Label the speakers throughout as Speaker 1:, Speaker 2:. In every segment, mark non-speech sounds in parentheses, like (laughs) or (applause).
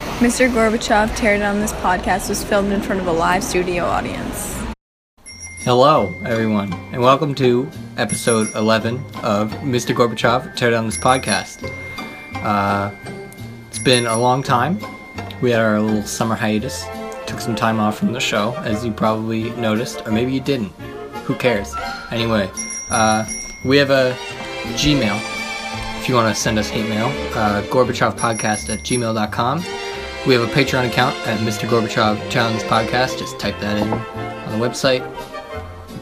Speaker 1: Mr. Gorbachev Tear Down This Podcast was filmed in front of a live studio audience.
Speaker 2: Hello, everyone, and welcome to episode 11 of Mr. Gorbachev Tear Down This Podcast. Uh, it's been a long time. We had our little summer hiatus, took some time off from the show, as you probably noticed, or maybe you didn't. Who cares? Anyway, uh, we have a Gmail. If you want to send us hate mail, uh, GorbachevPodcast at gmail.com. We have a Patreon account at Mr. Gorbachev Tear Down This Podcast. Just type that in on the website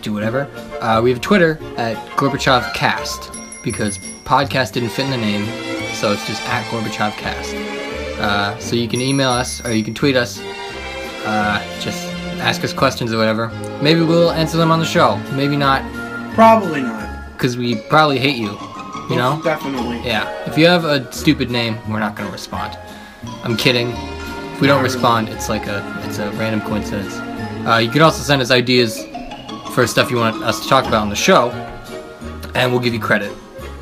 Speaker 2: do whatever. Uh, we have Twitter at Gorbachev Cast because podcast didn't fit in the name, so it's just at Gorbachev Cast. Uh, so you can email us or you can tweet us. Uh, just ask us questions or whatever. Maybe we'll answer them on the show. Maybe not
Speaker 3: Probably not.
Speaker 2: because we probably hate you. You know?
Speaker 3: Most Definitely.
Speaker 2: Yeah. If you have a stupid name, we're not gonna respond. I'm kidding. If we don't respond, it's like a it's a random coincidence. Uh, you can also send us ideas for stuff you want us to talk about on the show, and we'll give you credit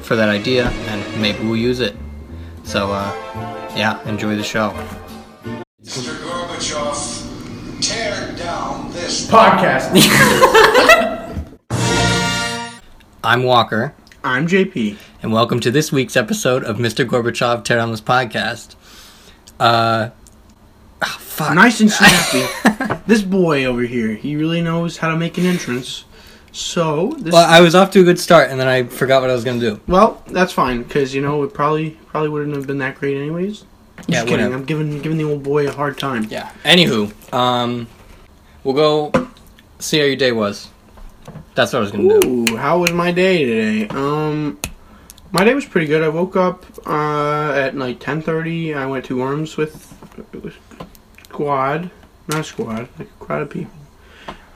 Speaker 2: for that idea, and maybe we'll use it. So, uh, yeah, enjoy the show.
Speaker 4: Mr. Gorbachev, tear down this.
Speaker 3: Podcast.
Speaker 2: I'm Walker,
Speaker 3: I'm JP.
Speaker 2: and welcome to this week's episode of Mr. Gorbachev Tear Down This Podcast. Uh, ah, fuck.
Speaker 3: Nice and
Speaker 2: (laughs)
Speaker 3: snappy. this boy over here, he really knows how to make an entrance. So this.
Speaker 2: Well, I was off to a good start, and then I forgot what I was gonna do.
Speaker 3: well, that's fine because you know it probably probably wouldn't have been that great anyways. Just
Speaker 2: Yeah, it
Speaker 3: kidding.
Speaker 2: wouldn't.
Speaker 3: I'm giving giving the old boy a hard time.
Speaker 2: Yeah. Anywho, um, we'll go see how your day was. That's what I was gonna do.
Speaker 3: Ooh, how was my day today? Um, my day was pretty good. I woke up uh, at like ten thirty. I went to Worms with with squad, not squad, like a crowd of people,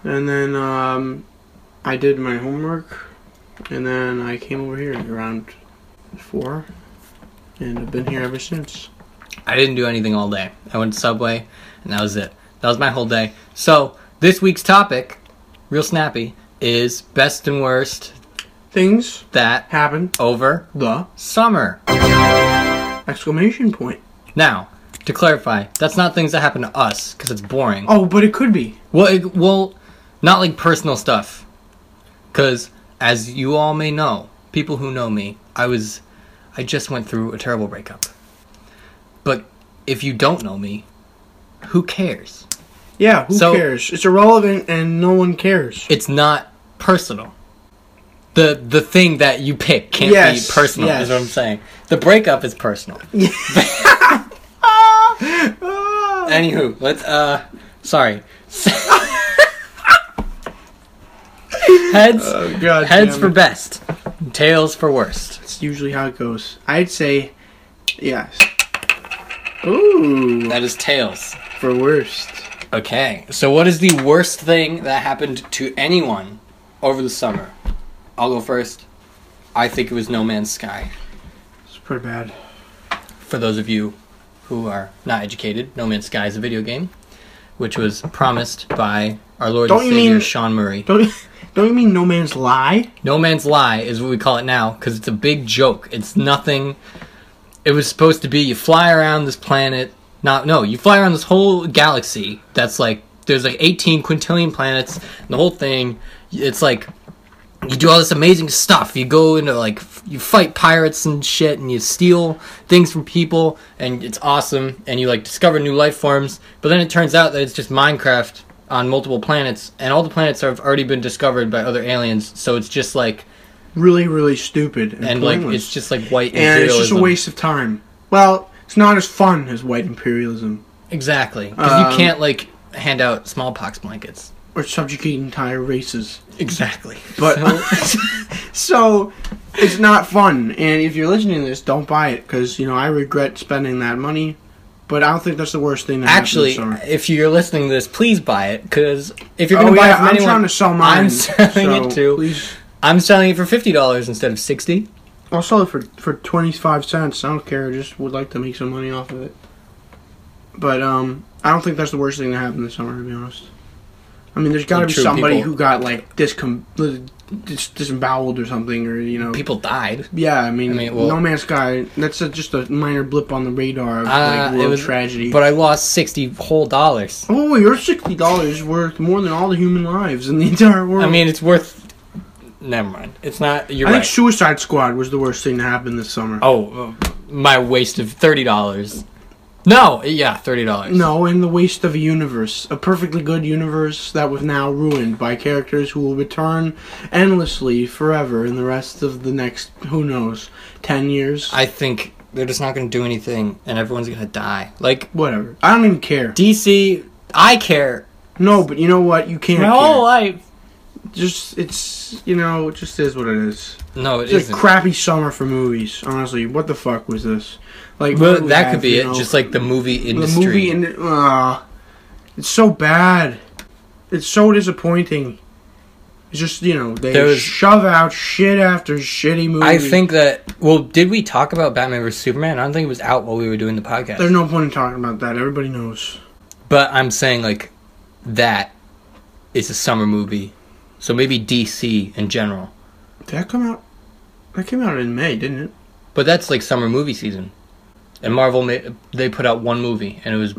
Speaker 3: and then um, I did my homework, and then I came over here around four, and I've been here ever since.
Speaker 2: I didn't do anything all day. I went to Subway, and that was it. That was my whole day. So this week's topic, real snappy, is best and worst
Speaker 3: Things
Speaker 2: that
Speaker 3: happened.
Speaker 2: over
Speaker 3: The
Speaker 2: summer.
Speaker 3: exclamation point.
Speaker 2: Now, to clarify, that's not things that happen to us because it's boring.
Speaker 3: Oh, but it could be.
Speaker 2: Well, it, well, not like personal stuff, because as you all may know, people who know me, I was, I just went through a terrible breakup. But if you don't know me, who cares?
Speaker 3: Yeah, who
Speaker 2: So-
Speaker 3: cares? It's irrelevant, and no one cares.
Speaker 2: It's not personal. The the thing that you pick can't
Speaker 3: Yes,
Speaker 2: be personal. Is
Speaker 3: yes.
Speaker 2: what I'm saying. The breakup is personal.
Speaker 3: Ah!
Speaker 2: Anywho, let's uh,
Speaker 3: (laughs)
Speaker 2: sorry. heads,
Speaker 3: Oh, God
Speaker 2: heads
Speaker 3: damn
Speaker 2: for
Speaker 3: it.
Speaker 2: best, tails for worst.
Speaker 3: That's usually how it goes. I'd say yes. Ooh,
Speaker 2: That is tails.
Speaker 3: for worst.
Speaker 2: Okay. So what is the worst thing that happened to anyone over the summer? I'll go first. I think it was No Man's Sky.
Speaker 3: It's pretty bad.
Speaker 2: For those of you who are not educated, No Man's Sky is a video game which was promised by our Lord
Speaker 3: Don't
Speaker 2: and
Speaker 3: you
Speaker 2: Savior
Speaker 3: mean-
Speaker 2: Sean Murray.
Speaker 3: Don't (laughs) don't you mean no man's lie?
Speaker 2: No Man's Lie is what we call it now because it's a big joke. It's nothing. It was supposed to be you fly around this planet. Not no, you fly around this whole galaxy. That's like there's like 18 quintillion planets. And the whole thing. It's like you do all this amazing stuff. You go into like f- you fight pirates and shit, and you steal things from people, and it's awesome. And you like discover new life forms. But then it turns out that it's just Minecraft on multiple planets, and all the planets have already been discovered by other aliens. So it's just like
Speaker 3: Really, really stupid and,
Speaker 2: and like
Speaker 3: pointless.
Speaker 2: it's just like white
Speaker 3: and it's
Speaker 2: imperialism.
Speaker 3: just a waste of time. Well, it's not as fun as white imperialism
Speaker 2: Exactly, because
Speaker 3: Um,
Speaker 2: you can't like hand out smallpox blankets.
Speaker 3: or subjugate entire races.
Speaker 2: Exactly,
Speaker 3: But (laughs) so it's not fun. And if you're listening to this, don't buy it because you know I regret spending that money. But I don't think that's the worst thing that happened
Speaker 2: Actually,
Speaker 3: this summer.
Speaker 2: if you're listening to this, please buy it because if you're going
Speaker 3: oh,
Speaker 2: to buy
Speaker 3: yeah,
Speaker 2: it from
Speaker 3: I'm
Speaker 2: anyone,
Speaker 3: trying to sell mine.
Speaker 2: I'm selling
Speaker 3: so
Speaker 2: it to.
Speaker 3: Please.
Speaker 2: I'm selling it for fifty dollars instead of sixty.
Speaker 3: I'll sell it for for twenty five cents. I don't care. I just would like to make some money off of it. But um, I don't think that's the worst thing that happened this summer. To be honest, I mean, there's got to
Speaker 2: Like
Speaker 3: be
Speaker 2: true
Speaker 3: somebody
Speaker 2: people.
Speaker 3: who got like discom- dis- disemboweled or something, or you know.
Speaker 2: People died.
Speaker 3: Yeah, I mean,
Speaker 2: I mean, well-
Speaker 3: No Man's Sky. That's a, just a minor blip on the radar of
Speaker 2: Uh,
Speaker 3: like,
Speaker 2: it
Speaker 3: world
Speaker 2: was-
Speaker 3: tragedy.
Speaker 2: But I lost sixty whole dollars.
Speaker 3: oh, your sixty dollars worth more than all the human lives in the entire world.
Speaker 2: I mean, it's worth. Never mind. It's not. You're
Speaker 3: I
Speaker 2: right.
Speaker 3: think Suicide Squad was the worst thing to happen this summer.
Speaker 2: oh, uh, my waste of thirty dollars. No, yeah, thirty dollars.
Speaker 3: No, and the waste of a universe, a perfectly good universe that was now ruined by characters who will return endlessly forever in the rest of the next who knows ten years.
Speaker 2: I think they're just not going to do anything, and everyone's going to die. Like
Speaker 3: Whatever. I don't even care.
Speaker 2: DC, I care
Speaker 3: No, but you know what? You can't.
Speaker 2: my whole life.
Speaker 3: care. Just it's you know it just is what it is.
Speaker 2: No, it
Speaker 3: It's just
Speaker 2: isn't.
Speaker 3: a crappy summer for movies. Honestly, what the fuck was this? Like what do
Speaker 2: But
Speaker 3: we
Speaker 2: that
Speaker 3: have,
Speaker 2: could be
Speaker 3: you
Speaker 2: it.
Speaker 3: know?
Speaker 2: Just like the movie
Speaker 3: the
Speaker 2: industry.
Speaker 3: movie and uh, it's so bad. It's so disappointing. It's just you know they
Speaker 2: There was-
Speaker 3: shove out shit after shitty movie.
Speaker 2: I think that. Well, did we talk about Batman vs Superman? I don't think it was out while we were doing the podcast.
Speaker 3: there's no point in talking about that. Everybody knows.
Speaker 2: But I'm saying like that is a summer movie. So maybe DC in general.
Speaker 3: Did that come out? That came out in May, didn't it?
Speaker 2: But that's like summer movie season. And Marvel ma- they put out one movie and it was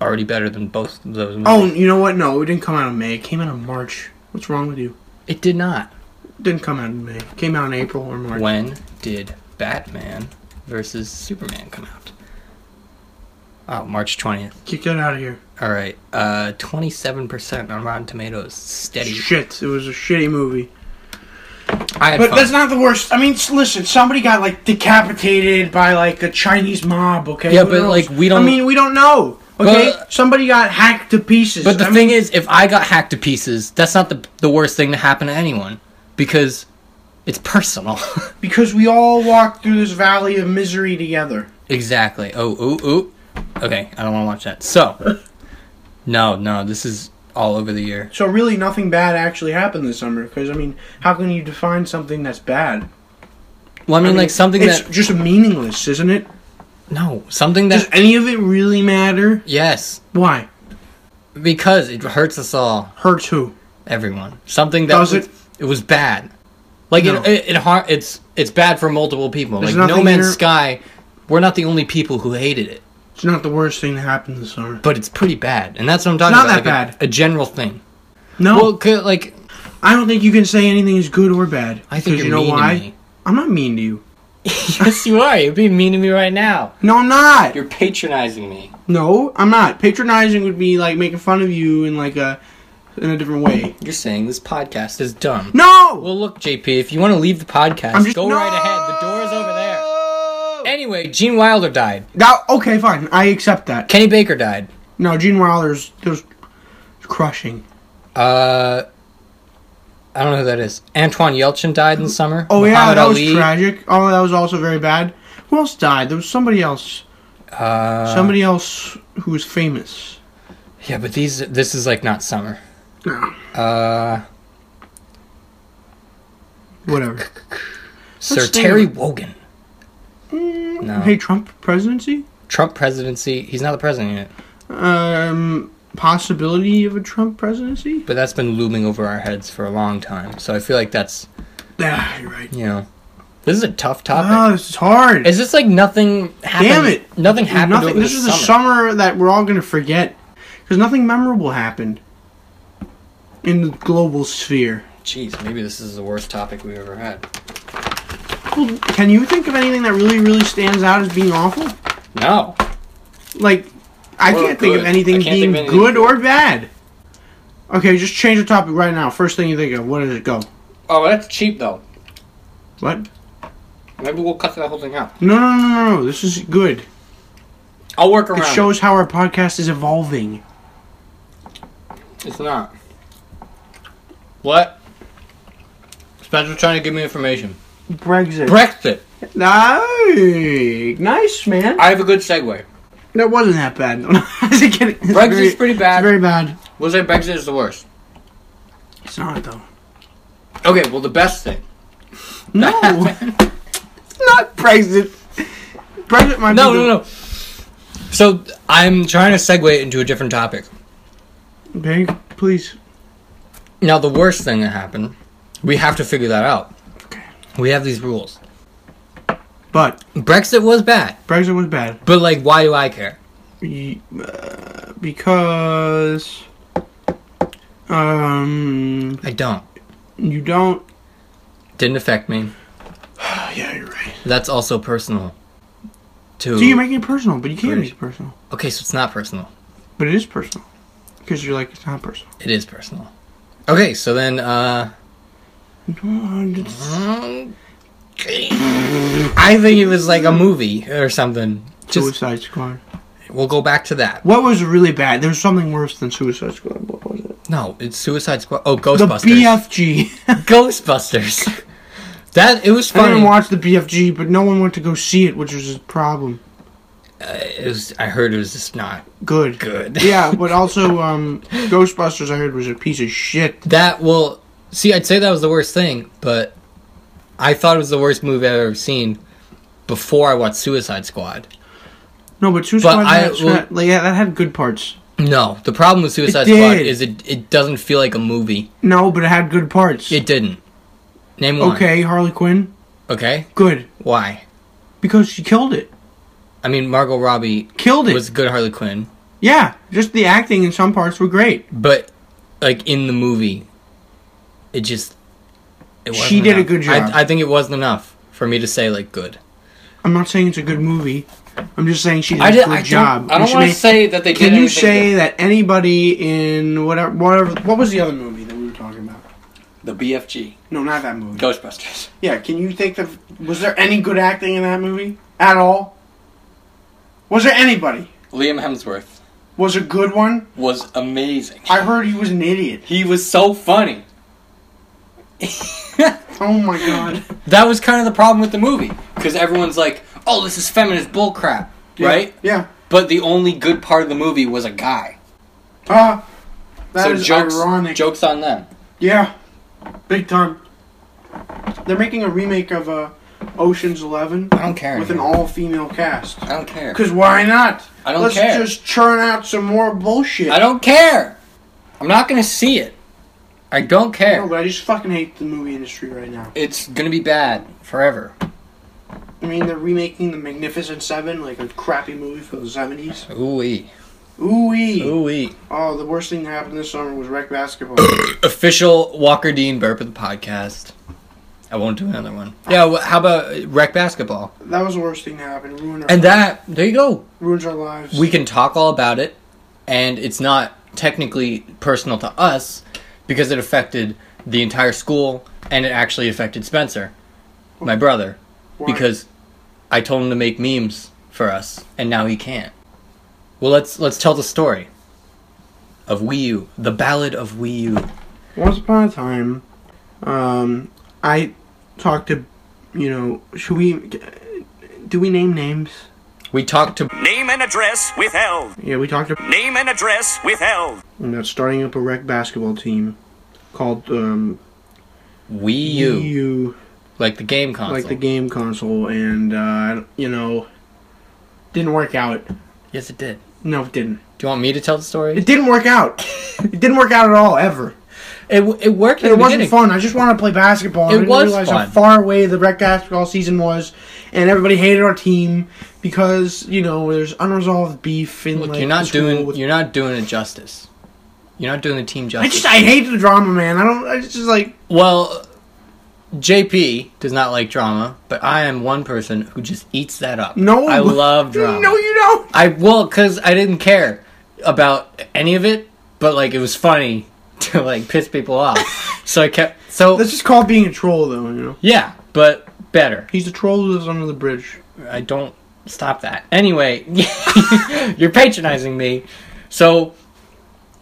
Speaker 2: already better than both of those movies.
Speaker 3: Oh, you know what? No, it didn't come out in May. It came out in March. What's wrong with you?
Speaker 2: it did not.
Speaker 3: It didn't come out in May. It came out in April or March.
Speaker 2: When did Batman versus Superman come out? Oh, March 20th.
Speaker 3: Kick that out of here.
Speaker 2: All right. Uh 27% on Rotten Tomatoes. Steady.
Speaker 3: Shit, it was a shitty movie.
Speaker 2: I had
Speaker 3: But
Speaker 2: fun.
Speaker 3: that's not the worst. I mean, s- listen, somebody got like decapitated by like a Chinese mob. Okay.
Speaker 2: Yeah,
Speaker 3: Who
Speaker 2: but,
Speaker 3: knows?
Speaker 2: like, we don't-
Speaker 3: I mean, we don't know. Okay,
Speaker 2: But-
Speaker 3: somebody got hacked to pieces.
Speaker 2: But the
Speaker 3: I
Speaker 2: thing
Speaker 3: mean,
Speaker 2: is, if I got hacked to pieces, that's not the the worst thing to happen to anyone because it's personal. (laughs)
Speaker 3: because we all walked through this valley of misery together.
Speaker 2: exactly. Oh, ooh, ooh. Okay, I don't want to watch that.
Speaker 3: (laughs)
Speaker 2: So, no, no, this is all over the year.
Speaker 3: So really, nothing bad actually happened this summer. Because I mean, how can you define something that's bad?
Speaker 2: Well, I mean, like something
Speaker 3: it's
Speaker 2: that
Speaker 3: just meaningless, isn't it?
Speaker 2: no, something
Speaker 3: Does
Speaker 2: that
Speaker 3: any of it really matter?
Speaker 2: yes,
Speaker 3: Why
Speaker 2: because it hurts us all,
Speaker 3: hurts who?
Speaker 2: everyone. Something that
Speaker 3: Does
Speaker 2: was-
Speaker 3: it?
Speaker 2: was bad. Like
Speaker 3: No.
Speaker 2: it, it, it, har- it's it's bad for multiple people.
Speaker 3: There's
Speaker 2: like No
Speaker 3: nothing
Speaker 2: Man's
Speaker 3: here-
Speaker 2: Sky, we're not the only people who hated it.
Speaker 3: It's not the worst thing that happened this summer.
Speaker 2: but it's pretty bad, and that's what I'm talking
Speaker 3: Not
Speaker 2: about.
Speaker 3: that
Speaker 2: like a- A, general thing.
Speaker 3: No,
Speaker 2: Well, 'cause, like (laughs)
Speaker 3: I don't think you can say anything is good or bad.
Speaker 2: I think
Speaker 3: 'Cause
Speaker 2: you're
Speaker 3: you know
Speaker 2: mean
Speaker 3: why?
Speaker 2: to me.
Speaker 3: I'm not mean to you.
Speaker 2: yes, you are. You're being mean to me right now.
Speaker 3: No, I'm not.
Speaker 2: You're patronizing me.
Speaker 3: No, I'm not. Patronizing would be like making fun of you in like a in a different way.
Speaker 2: You're saying this podcast is dumb.
Speaker 3: No.
Speaker 2: Well, look, JP, if you want to leave the podcast,
Speaker 3: I'm just-
Speaker 2: go
Speaker 3: No!
Speaker 2: right ahead. The door is over there. Anyway, Gene Wilder died.
Speaker 3: Now, okay, fine. I accept that.
Speaker 2: Kenny Baker died.
Speaker 3: No, Gene Wilder's there's crushing.
Speaker 2: Uh, I don't know who that is. Antoine Yelchin died in the summer.
Speaker 3: Oh yeah,
Speaker 2: Muhammad
Speaker 3: that was
Speaker 2: Ali.
Speaker 3: tragic. Oh, that was also very bad. Who else died? There was somebody else.
Speaker 2: Uh,
Speaker 3: somebody else who was famous.
Speaker 2: yeah, but these this is like not summer.
Speaker 3: No,
Speaker 2: Uh,
Speaker 3: whatever.
Speaker 2: Sir
Speaker 3: think
Speaker 2: Terry
Speaker 3: of-
Speaker 2: Wogan. No.
Speaker 3: Hey, Trump presidency?
Speaker 2: Trump presidency. He's not the president yet,
Speaker 3: Um, possibility of a Trump presidency?
Speaker 2: but that's been looming over our heads for a long time. So I feel like that's
Speaker 3: Yeah, you're right.
Speaker 2: you know, this is a tough topic.
Speaker 3: Oh, this is hard.
Speaker 2: is this like nothing? Happened,
Speaker 3: Damn it!
Speaker 2: Nothing happened.
Speaker 3: Nothing.
Speaker 2: over
Speaker 3: This
Speaker 2: the
Speaker 3: is the
Speaker 2: summer.
Speaker 3: summer that we're all gonna forget because nothing memorable happened in the global sphere.
Speaker 2: Jeez, maybe this is the worst topic we've ever had.
Speaker 3: Well, can you think of anything that really, really stands out as being awful?
Speaker 2: No,
Speaker 3: Like, I
Speaker 2: Well,
Speaker 3: can't think of
Speaker 2: good.
Speaker 3: anything
Speaker 2: I can't
Speaker 3: being
Speaker 2: think of anything
Speaker 3: good or bad. Okay, just change the topic right now. First thing you think of, what does it go?
Speaker 2: oh, that's cheap though.
Speaker 3: What?
Speaker 2: Maybe we'll cut that whole thing out.
Speaker 3: No, no, no, no, no. This is good.
Speaker 2: I'll work around.
Speaker 3: It
Speaker 2: It
Speaker 3: shows how our podcast is evolving.
Speaker 2: it's not. What? Spencer's trying to give me information.
Speaker 3: Brexit.
Speaker 2: Brexit.
Speaker 3: Nice, nice, man.
Speaker 2: I have a good segue.
Speaker 3: That wasn't that bad. (laughs) I was kidding. It's
Speaker 2: Brexit's
Speaker 3: very-
Speaker 2: pretty bad.
Speaker 3: It's very bad.
Speaker 2: We'll say Brexit is the worst.
Speaker 3: It's
Speaker 2: (laughs)
Speaker 3: not though.
Speaker 2: Okay, well the best thing.
Speaker 3: No, not Brexit. Brexit might
Speaker 2: No,
Speaker 3: be the-
Speaker 2: no, no. So I'm trying to segue into a different topic.
Speaker 3: Big, please.
Speaker 2: Now, the worst thing that happened, we have to figure that out.
Speaker 3: Okay.
Speaker 2: We have these rules.
Speaker 3: But
Speaker 2: Brexit was bad,
Speaker 3: Brexit was bad
Speaker 2: but like, why do I care?
Speaker 3: Ye- uh, because um
Speaker 2: I don't.
Speaker 3: you don't. (sighs)
Speaker 2: Didn't affect me.
Speaker 3: Oh, yeah, you're right.
Speaker 2: That's also personal. To
Speaker 3: So you're making it personal, but you can't
Speaker 2: British.
Speaker 3: make it personal.
Speaker 2: okay, so it's not personal.
Speaker 3: But it is personal because you're like it's not personal.
Speaker 2: It is personal. Okay, so then, uh, um, I think it was like a movie or something. Just
Speaker 3: Suicide Squad.
Speaker 2: we'll go back to that.
Speaker 3: What was really bad? There was something worse than Suicide Squad. What was it?
Speaker 2: No, it's Suicide Squad. Oh,
Speaker 3: The
Speaker 2: Ghostbusters.
Speaker 3: (laughs) BFG.
Speaker 2: (laughs) Ghostbusters. That it was
Speaker 3: I
Speaker 2: funny.
Speaker 3: didn't watch the BFG, but no one went to go see it, which was a problem.
Speaker 2: it was. I heard it was just not
Speaker 3: Good.
Speaker 2: good.
Speaker 3: (laughs) yeah, but also um, Ghostbusters, I heard, was a piece of shit.
Speaker 2: That well, see, I'd say that was the worst thing, but I thought it was the worst movie I've ever seen before I watched Suicide Squad.
Speaker 3: No, but Suicide Squad,
Speaker 2: I-
Speaker 3: had- like, yeah, that had good parts.
Speaker 2: No, the problem with Suicide
Speaker 3: It
Speaker 2: Squad
Speaker 3: did.
Speaker 2: is it it doesn't feel like a movie.
Speaker 3: No, but it had good parts.
Speaker 2: It didn't. Name one.
Speaker 3: okay, Harley Quinn,
Speaker 2: Okay.
Speaker 3: good
Speaker 2: Why?
Speaker 3: because she killed it,
Speaker 2: I mean, Margot Robbie
Speaker 3: killed it.
Speaker 2: was a good Harley Quinn,
Speaker 3: yeah, just the acting in some parts were great.
Speaker 2: but like in the movie, it just. It wasn't
Speaker 3: She did a
Speaker 2: enough.
Speaker 3: good job.
Speaker 2: I, I think it wasn't enough for me to say like good.
Speaker 3: I'm not saying it's a good movie. I'm just saying she did
Speaker 2: I
Speaker 3: a
Speaker 2: did.
Speaker 3: good
Speaker 2: I
Speaker 3: job.
Speaker 2: don't, I don't
Speaker 3: She
Speaker 2: want to
Speaker 3: made-
Speaker 2: say that they did.
Speaker 3: Can you
Speaker 2: anything
Speaker 3: say
Speaker 2: good.
Speaker 3: that anybody in whatever, whatever? What was the other movie that we were talking about?
Speaker 2: the BFG
Speaker 3: No, not that movie.
Speaker 2: Ghostbusters? (laughs)
Speaker 3: Yeah, can you think of? Was there any good acting in that movie at all? Was there anybody?
Speaker 2: Liam Hemsworth
Speaker 3: Was a good one?
Speaker 2: was amazing.
Speaker 3: I heard he was an idiot.
Speaker 2: He was so funny. (laughs)
Speaker 3: Oh
Speaker 2: (laughs)
Speaker 3: my god.
Speaker 2: That was kind of the problem with the movie because everyone's like, "Oh, this is feminist bullcrap," right?
Speaker 3: Yeah.
Speaker 2: But the only good part of the movie was a guy.
Speaker 3: Ah, that
Speaker 2: so
Speaker 3: is
Speaker 2: jokes,
Speaker 3: ironic.
Speaker 2: jokes on them.
Speaker 3: Yeah, big time. They're making a remake of uh, Ocean's Eleven
Speaker 2: I don't care.
Speaker 3: with an
Speaker 2: anymore.
Speaker 3: all-female cast.
Speaker 2: I don't care.
Speaker 3: Cause why not?
Speaker 2: I don't
Speaker 3: Let's
Speaker 2: care.
Speaker 3: just churn out some more bullshit.
Speaker 2: I don't care. I'm not gonna see it. I don't
Speaker 3: No,
Speaker 2: care.
Speaker 3: but I just fucking hate the movie industry right now.
Speaker 2: It's gonna be bad forever.
Speaker 3: I mean, they're remaking The Magnificent Seven, like a crappy movie from the 70s.
Speaker 2: Ooh wee.
Speaker 3: Ooh wee.
Speaker 2: Ooh wee.
Speaker 3: Oh, the worst thing that happened this summer was rec basketball.
Speaker 2: Official Walker Dean burp of the podcast. I won't do another one. Yeah. wh- How about uh, rec basketball?
Speaker 3: that was the worst thing that happened. Ruined our,
Speaker 2: And that. There you go.
Speaker 3: ruins our lives.
Speaker 2: we can talk all about it and it's not technically personal to us because it affected the entire school and it actually affected spencer my brother
Speaker 3: Why?
Speaker 2: because i told him to make memes for us and now he can't well let's let's tell the story of wii u the ballad of wii u
Speaker 3: Once upon a time, um, I talked to, you know, should we, do we name names?
Speaker 2: we talked to
Speaker 5: Name and address withheld.
Speaker 3: Yeah, we talked to,
Speaker 5: Name and address withheld.
Speaker 3: about starting up a rec basketball team called, um,
Speaker 2: wii E u
Speaker 3: EU
Speaker 2: like the game console
Speaker 3: like the game console, and, uh, you know, didn't work out.
Speaker 2: yes it did
Speaker 3: No, it didn't.
Speaker 2: do you want me to tell the story
Speaker 3: It didn't work out. (laughs) it didn't work out at all, ever.
Speaker 2: it, w- it worked in the
Speaker 3: It wasn't
Speaker 2: beginning.
Speaker 3: fun. I just wanted to play basketball.
Speaker 2: It
Speaker 3: I didn't
Speaker 2: was
Speaker 3: realize
Speaker 2: fun.
Speaker 3: how far away the rec basketball season was, and everybody hated our team because you know there's unresolved beef in
Speaker 2: Look,
Speaker 3: like
Speaker 2: you're
Speaker 3: the
Speaker 2: not
Speaker 3: school
Speaker 2: doing
Speaker 3: with-
Speaker 2: you're not doing it justice. You're not doing the team
Speaker 3: I
Speaker 2: justice.
Speaker 3: just I hate the drama, man. I don't. I just like
Speaker 2: well, JP does not like drama, but I am one person who just eats that up.
Speaker 3: no.
Speaker 2: I love drama.
Speaker 3: No, you don't.
Speaker 2: I well, cause I didn't care about any of it, but like it was funny (laughs) to like piss people
Speaker 3: (laughs)
Speaker 2: off, so I kept so
Speaker 3: That's just called being a troll, though. You know,
Speaker 2: yeah, but better.
Speaker 3: he's a troll who lives under the bridge.
Speaker 2: I don't stop that. Anyway, (laughs) you're patronizing me. So,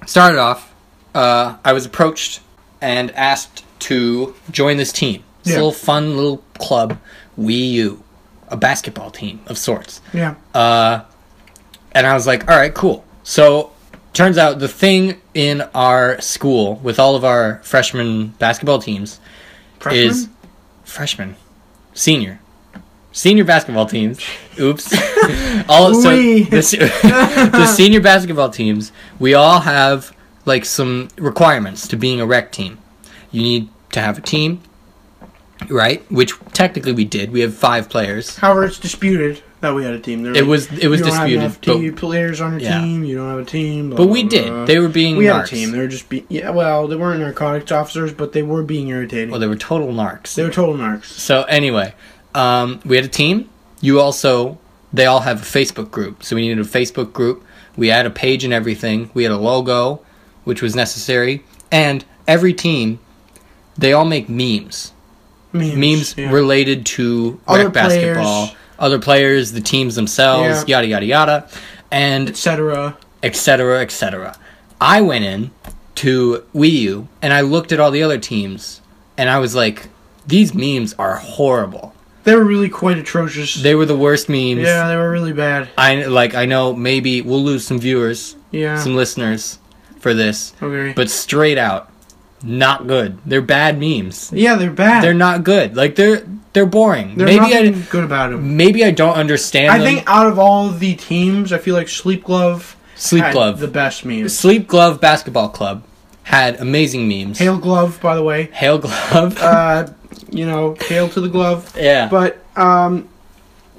Speaker 2: started off, uh, I was approached and asked to join this team. This
Speaker 3: Yeah.
Speaker 2: little fun little club, Wii U, a basketball team of sorts.
Speaker 3: Yeah.
Speaker 2: Uh, And I was like, all right, cool. So, turns out the thing in our school with all of our freshman basketball teams
Speaker 3: Freshman?
Speaker 2: is freshman, senior, senior basketball teams. Oops. all so
Speaker 3: Oui.
Speaker 2: (laughs) the, se- the senior basketball teams. We all have like some requirements to being a rec team. You need to have a team, right? Which technically we did. We have five players.
Speaker 3: However, it's disputed that we had a team. They're
Speaker 2: It was- it was
Speaker 3: you don't
Speaker 2: disputed,
Speaker 3: Have enough team
Speaker 2: but-
Speaker 3: players on your
Speaker 2: yeah.
Speaker 3: team. You don't have a team. blah,
Speaker 2: But we
Speaker 3: blah,
Speaker 2: did.
Speaker 3: blah.
Speaker 2: They were being
Speaker 3: We had a
Speaker 2: narcs.
Speaker 3: team. They were just be yeah. Well, they weren't narcotics officers, but they were being irritating.
Speaker 2: Well, they were total narcs.
Speaker 3: they were total narcs.
Speaker 2: So anyway, um, we had a team. You also, they all have a Facebook group. So we needed a Facebook group. We had a page and everything. We had a logo, which was necessary. And every team, they all make memes.
Speaker 3: Memes.
Speaker 2: Memes
Speaker 3: yeah.
Speaker 2: related to
Speaker 3: Other
Speaker 2: rec basketball,
Speaker 3: players.
Speaker 2: other players, the teams themselves,
Speaker 3: Yeah.
Speaker 2: yada yada yada, and
Speaker 3: etc.
Speaker 2: etc. etc. I went in to Wii U and I looked at all the other teams and I was like, these memes are horrible.
Speaker 3: They were really quite atrocious.
Speaker 2: They were the worst memes.
Speaker 3: yeah, they were really bad.
Speaker 2: I like I know maybe we'll lose some viewers,
Speaker 3: Yeah.
Speaker 2: some listeners for this.
Speaker 3: Okay.
Speaker 2: But straight out, not good. They're bad memes.
Speaker 3: yeah, they're bad.
Speaker 2: They're not good. Like they're they're boring.
Speaker 3: They're
Speaker 2: maybe
Speaker 3: nothing
Speaker 2: I
Speaker 3: good about them.
Speaker 2: maybe I don't understand
Speaker 3: I
Speaker 2: them.
Speaker 3: think out of all the teams, I feel like Sleep Glove.
Speaker 2: Sleep
Speaker 3: had
Speaker 2: Glove.
Speaker 3: The best memes.
Speaker 2: Sleep Glove Basketball Club had amazing memes.
Speaker 3: Hail Glove, by the way.
Speaker 2: Hail Glove.
Speaker 3: Uh, you know, hail to the glove.
Speaker 2: (laughs) yeah.
Speaker 3: But um,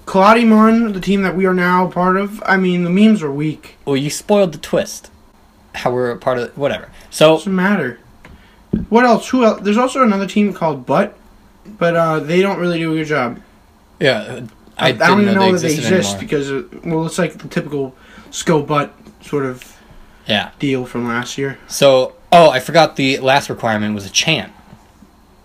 Speaker 3: Mon, the team that we are now a part of, I mean, the memes are weak.
Speaker 2: well, you spoiled the twist. How we're a part of whatever. So
Speaker 3: Doesn't matter. What else? Who else? There's also another team called Butt, but uh, they don't really do a good job.
Speaker 2: yeah, I, didn't
Speaker 3: don't
Speaker 2: know,
Speaker 3: even
Speaker 2: they
Speaker 3: know that they
Speaker 2: existed
Speaker 3: exist
Speaker 2: anymore.
Speaker 3: because uh, well, it's like the typical Sco Butt sort of
Speaker 2: Yeah.
Speaker 3: deal from last year.
Speaker 2: So oh, I forgot the last requirement was a chant.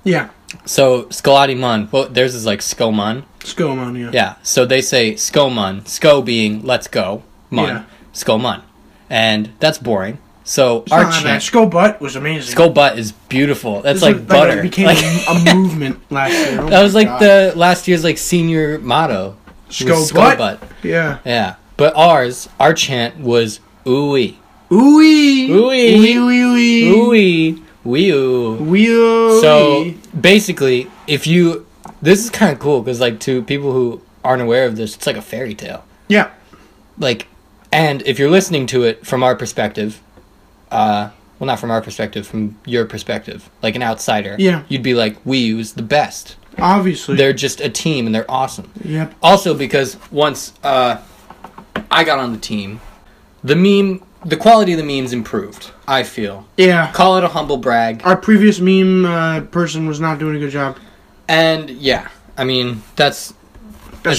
Speaker 3: Yeah,
Speaker 2: So Scolati Mun, well, theirs is like Skomun.
Speaker 3: Scomon. Yeah.
Speaker 2: Yeah. So they say Skomun, Sko being let's go, Mun,
Speaker 3: Yeah.
Speaker 2: Skomun, and that's boring. So
Speaker 3: It's
Speaker 2: our
Speaker 3: not that bad.
Speaker 2: chant,
Speaker 3: Sco Butt was amazing.
Speaker 2: Sko Butt is beautiful. That's
Speaker 3: This
Speaker 2: like
Speaker 3: was-
Speaker 2: butter.
Speaker 3: It
Speaker 2: (laughs)
Speaker 3: became (laughs)
Speaker 2: Like,
Speaker 3: a a movement last year. Oh
Speaker 2: (laughs) that
Speaker 3: my
Speaker 2: was like
Speaker 3: God.
Speaker 2: the last year's like senior motto. was
Speaker 3: Sko
Speaker 2: Sko
Speaker 3: Butt?
Speaker 2: Butt.
Speaker 3: yeah.
Speaker 2: Yeah. But ours, our chant was ooey,
Speaker 3: Ooey.
Speaker 2: Ooey.
Speaker 3: Ooey. Ooey.
Speaker 2: ooey, wee oo.
Speaker 3: Ooey.
Speaker 2: So basically, if you this is kind of cool because like to people who aren't aware of this, it's like a fairy tale.
Speaker 3: yeah.
Speaker 2: Like, and if you're listening to it from our perspective, uh, well, not from our perspective, from your perspective, like an outsider,
Speaker 3: Yeah.
Speaker 2: you'd be like, we use the best.
Speaker 3: Obviously.
Speaker 2: They're just a team and they're awesome.
Speaker 3: Yep.
Speaker 2: Also, because once uh, I got on the team, the meme, the quality of the memes improved. I feel.
Speaker 3: Yeah.
Speaker 2: Call it a humble brag.
Speaker 3: Our previous meme uh, person was not doing a good job.
Speaker 2: And yeah, I mean that's
Speaker 3: That's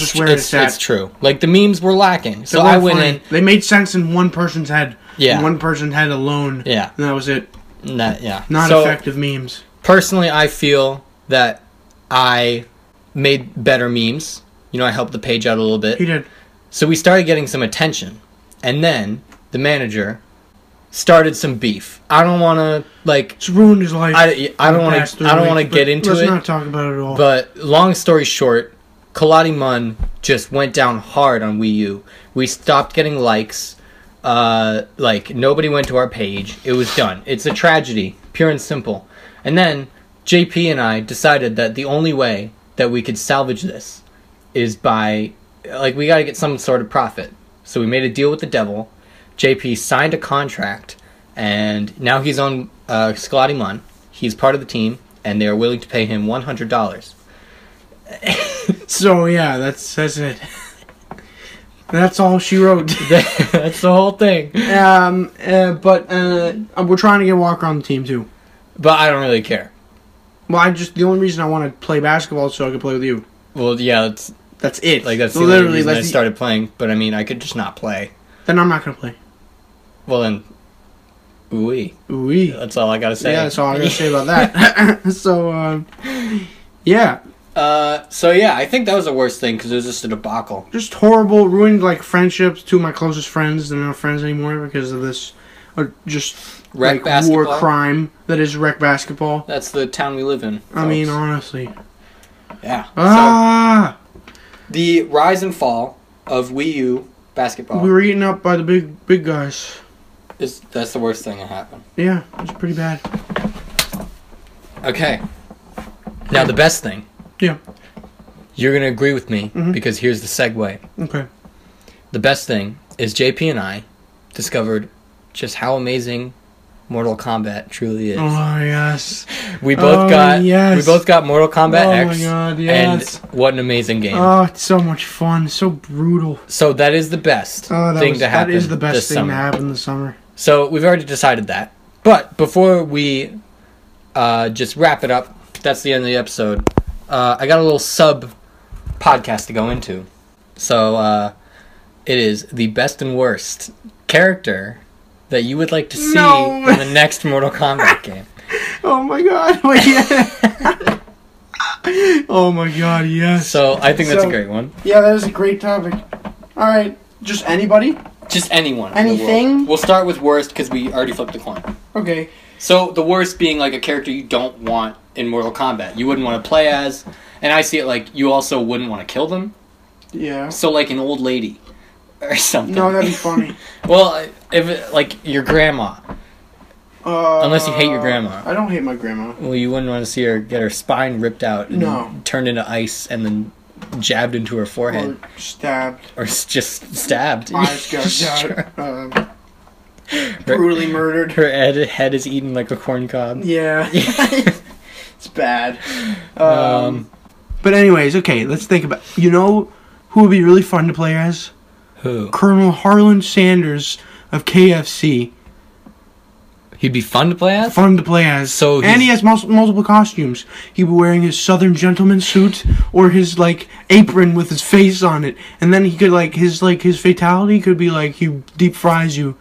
Speaker 2: it's,
Speaker 3: just where
Speaker 2: it's,
Speaker 3: it's, at.
Speaker 2: it's true. Like the memes were lacking, so
Speaker 3: They
Speaker 2: I
Speaker 3: weren't
Speaker 2: went
Speaker 3: funny. They made sense in one person's head.
Speaker 2: Yeah.
Speaker 3: One person head alone.
Speaker 2: Yeah.
Speaker 3: And that was it.
Speaker 2: in. and That, yeah,
Speaker 3: Not
Speaker 2: so
Speaker 3: effective memes.
Speaker 2: personally, I feel that I made better memes. You know, I helped the page out a little
Speaker 3: He
Speaker 2: bit,
Speaker 3: did.
Speaker 2: so we started getting some attention, and then the manager started some beef. I don't want to like,
Speaker 3: It's ruined his life.
Speaker 2: I, I don't want to I don't want to get into
Speaker 3: let's
Speaker 2: it.
Speaker 3: Let's not talk about it at all.
Speaker 2: But long story short, Kaladi Mun just went down hard on Wii U. We stopped getting likes. Uh, like nobody went to our page. It was done. It's a tragedy, pure and simple. And then JP and I decided that the only way that we could salvage this is by like we got to get some sort of profit. So we made a deal with the devil. JP signed a contract, and now he's on uh, Scalati Mun. He's part of the team, and they are willing to pay him one hundred dollars.
Speaker 3: so yeah, that's that's it. (laughs) that's all she
Speaker 2: (laughs)
Speaker 3: wrote. (laughs)
Speaker 2: That's the whole thing.
Speaker 3: um, uh, but uh, we're trying to get Walker on the team too.
Speaker 2: But I don't really care.
Speaker 3: Well, I just the only reason I want to play basketball is so I can play with you.
Speaker 2: Well, yeah, it's
Speaker 3: That's it.
Speaker 2: like that's the only
Speaker 3: literally
Speaker 2: reason I
Speaker 3: that's the-
Speaker 2: started playing. But I mean, I could just not play.
Speaker 3: Then I'm not gonna play.
Speaker 2: Well then, ooh,
Speaker 3: Ooh.
Speaker 2: that's all I gotta say.
Speaker 3: Yeah, that's all I'm gonna say about that. (laughs) so, um, yeah,
Speaker 2: (laughs) Uh, so yeah, I think that was the worst thing because it was just a debacle.
Speaker 3: just horrible. Ruined like friendships. Two of my closest friends, they're not friends anymore because of this, uh, just
Speaker 2: Rec
Speaker 3: like war
Speaker 2: basketball?
Speaker 3: crime that is rec basketball.
Speaker 2: That's the town we live in.
Speaker 3: I mean,
Speaker 2: folks.
Speaker 3: honestly,
Speaker 2: yeah. So-
Speaker 3: ah,
Speaker 2: The rise and fall of Wii U basketball
Speaker 3: we were eaten up by the big big guys.
Speaker 2: is that's the worst thing that happened.
Speaker 3: Yeah, it's pretty bad.
Speaker 2: Okay. Now the best thing.
Speaker 3: Yeah.
Speaker 2: You're gonna agree with me
Speaker 3: Mm-hmm.
Speaker 2: because here's the segue.
Speaker 3: Okay.
Speaker 2: The best thing is JP and I discovered just how amazing Mortal Kombat truly is.
Speaker 3: Oh yes.
Speaker 2: we both
Speaker 3: oh,
Speaker 2: got
Speaker 3: yes.
Speaker 2: we both got Mortal Kombat
Speaker 3: Oh my
Speaker 2: X,
Speaker 3: God, yes.
Speaker 2: and what an amazing game!
Speaker 3: Oh, it's so much fun. So brutal.
Speaker 2: so that is the best
Speaker 3: Oh, that,
Speaker 2: thing
Speaker 3: was,
Speaker 2: to happen.
Speaker 3: that is the best
Speaker 2: this
Speaker 3: thing
Speaker 2: summer.
Speaker 3: to happen this summer.
Speaker 2: So we've already decided that. But before we uh, just wrap it up, that's the end of the episode. Uh, I got a little sub podcast to go into. So uh, it is the best and worst character that you would like to see
Speaker 3: No.
Speaker 2: in the next Mortal
Speaker 3: (laughs)
Speaker 2: Kombat game.
Speaker 3: Oh my god. (laughs) Oh, yeah. (laughs) oh my god, yes.
Speaker 2: So I think that's
Speaker 3: So-
Speaker 2: a great one.
Speaker 3: Yeah, that is a great topic. All right, just anybody?
Speaker 2: Just anyone. in the world.
Speaker 3: Anything?
Speaker 2: We'll start with worst because we already flipped the coin.
Speaker 3: Okay.
Speaker 2: So the worst being like a character you don't want in Mortal Kombat. You wouldn't want to play as, and I see it like you also wouldn't want to kill them.
Speaker 3: Yeah.
Speaker 2: So like an old lady (laughs) or something.
Speaker 3: No, that'd be funny.
Speaker 2: (laughs) well, if it- like your grandma.
Speaker 3: Uh,
Speaker 2: Unless you hate your grandma.
Speaker 3: I don't hate my grandma.
Speaker 2: Well, you wouldn't want to see her get her spine ripped out and
Speaker 3: No.
Speaker 2: turned into ice and then jabbed into her
Speaker 3: Or
Speaker 2: forehead
Speaker 3: stabbed.
Speaker 2: or, s just stabbed. (laughs)
Speaker 3: Eyes gouged
Speaker 2: Sure.
Speaker 3: out. Um, brutally murdered.
Speaker 2: Her head, head is eaten like a corn cob.
Speaker 3: Yeah. (laughs) it's bad. Um,
Speaker 2: Um,
Speaker 3: but anyways, okay, let's think about. You know who would be really fun to play as?
Speaker 2: Who?
Speaker 3: Colonel Harlan Sanders of KFC.
Speaker 2: He'd be fun to play as.
Speaker 3: fun to play as.
Speaker 2: So
Speaker 3: and he
Speaker 2: he's-
Speaker 3: has mul- multiple costumes. He'd be wearing his Southern gentleman suit or his like apron with his face on it, and then he could like his like his fatality could be like he deep fries you.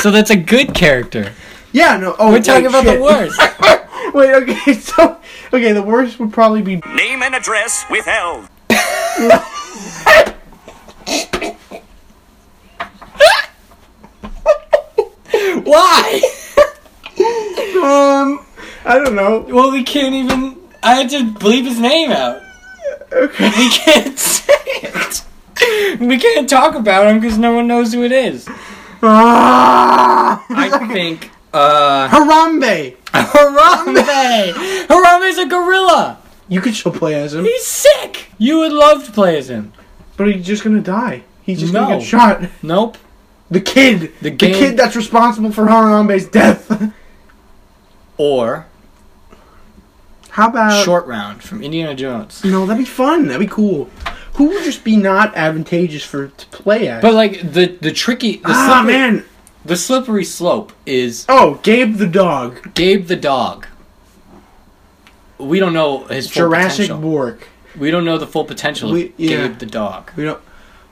Speaker 2: So that's a good character.
Speaker 3: Yeah, no. Oh,
Speaker 2: We're talking
Speaker 3: wait,
Speaker 2: about
Speaker 3: shit.
Speaker 2: the worst.
Speaker 3: (laughs) Wait, okay, (laughs) so okay, the worst would probably be
Speaker 5: Name and address withheld.
Speaker 2: (laughs) Why?
Speaker 3: um, I don't know.
Speaker 2: Well, we can't even. I had to bleep his name out.
Speaker 3: Okay.
Speaker 2: We can't (laughs) say it. We can't talk about him because no one knows who it is.
Speaker 3: Ah,
Speaker 2: I think.
Speaker 3: (laughs)
Speaker 2: Uh,
Speaker 3: Harambe.
Speaker 2: Harambe! (laughs) Harambe's a gorilla!
Speaker 3: You could still play as him,
Speaker 2: He's sick! You would love to play as him.
Speaker 3: but he's just gonna die. He's just
Speaker 2: No.
Speaker 3: gonna get shot.
Speaker 2: Nope.
Speaker 3: The kid,
Speaker 2: The
Speaker 3: the,
Speaker 2: game-
Speaker 3: kid that's responsible for Harambe's death.
Speaker 2: Or
Speaker 3: How about
Speaker 2: Short Round from Indiana Jones.
Speaker 3: No, that'd be fun. That'd be cool. Who would just be not advantageous for to play at?
Speaker 2: But like the the tricky the,
Speaker 3: ah
Speaker 2: slippery,
Speaker 3: man,
Speaker 2: the slippery slope is
Speaker 3: oh Gabe the dog,
Speaker 2: Gabe the dog. We don't know his full
Speaker 3: Jurassic
Speaker 2: potential.
Speaker 3: Bork.
Speaker 2: We don't know the full potential
Speaker 3: We-
Speaker 2: of
Speaker 3: yeah.
Speaker 2: Gabe the dog.
Speaker 3: We don't.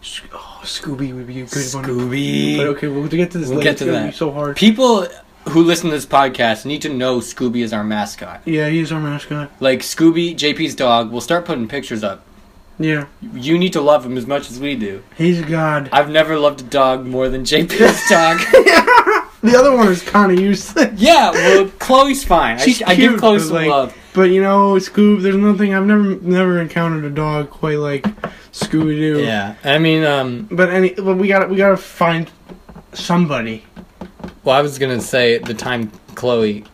Speaker 3: Sc- Oh, Scooby would be a good one. But
Speaker 2: Scooby.
Speaker 3: okay, we'll get to this.
Speaker 2: We'll
Speaker 3: later.
Speaker 2: get
Speaker 3: It's
Speaker 2: to
Speaker 3: gonna
Speaker 2: that.
Speaker 3: Be so hard.
Speaker 2: People who listen to this podcast need to know Scooby is our mascot.
Speaker 3: yeah, he's our mascot.
Speaker 2: Like Scooby, JP's dog. We'll start putting pictures up.
Speaker 3: Yeah,
Speaker 2: You need to love him as much as we do.
Speaker 3: he's a god.
Speaker 2: I've never loved a dog more than
Speaker 3: (laughs)
Speaker 2: JP's dog. (laughs)
Speaker 3: The other one is kind of useless.
Speaker 2: yeah, well, Chloe's fine.
Speaker 3: She's
Speaker 2: I, I
Speaker 3: cute,
Speaker 2: give Chloe
Speaker 3: but,
Speaker 2: some
Speaker 3: like,
Speaker 2: love.
Speaker 3: But you know, Scoob. There's nothing. I've never never encountered a dog quite like Scooby Doo.
Speaker 2: Yeah, I mean, um,
Speaker 3: But any. But we got. to We got to find somebody.
Speaker 2: well, I was gonna say at the time Chloe,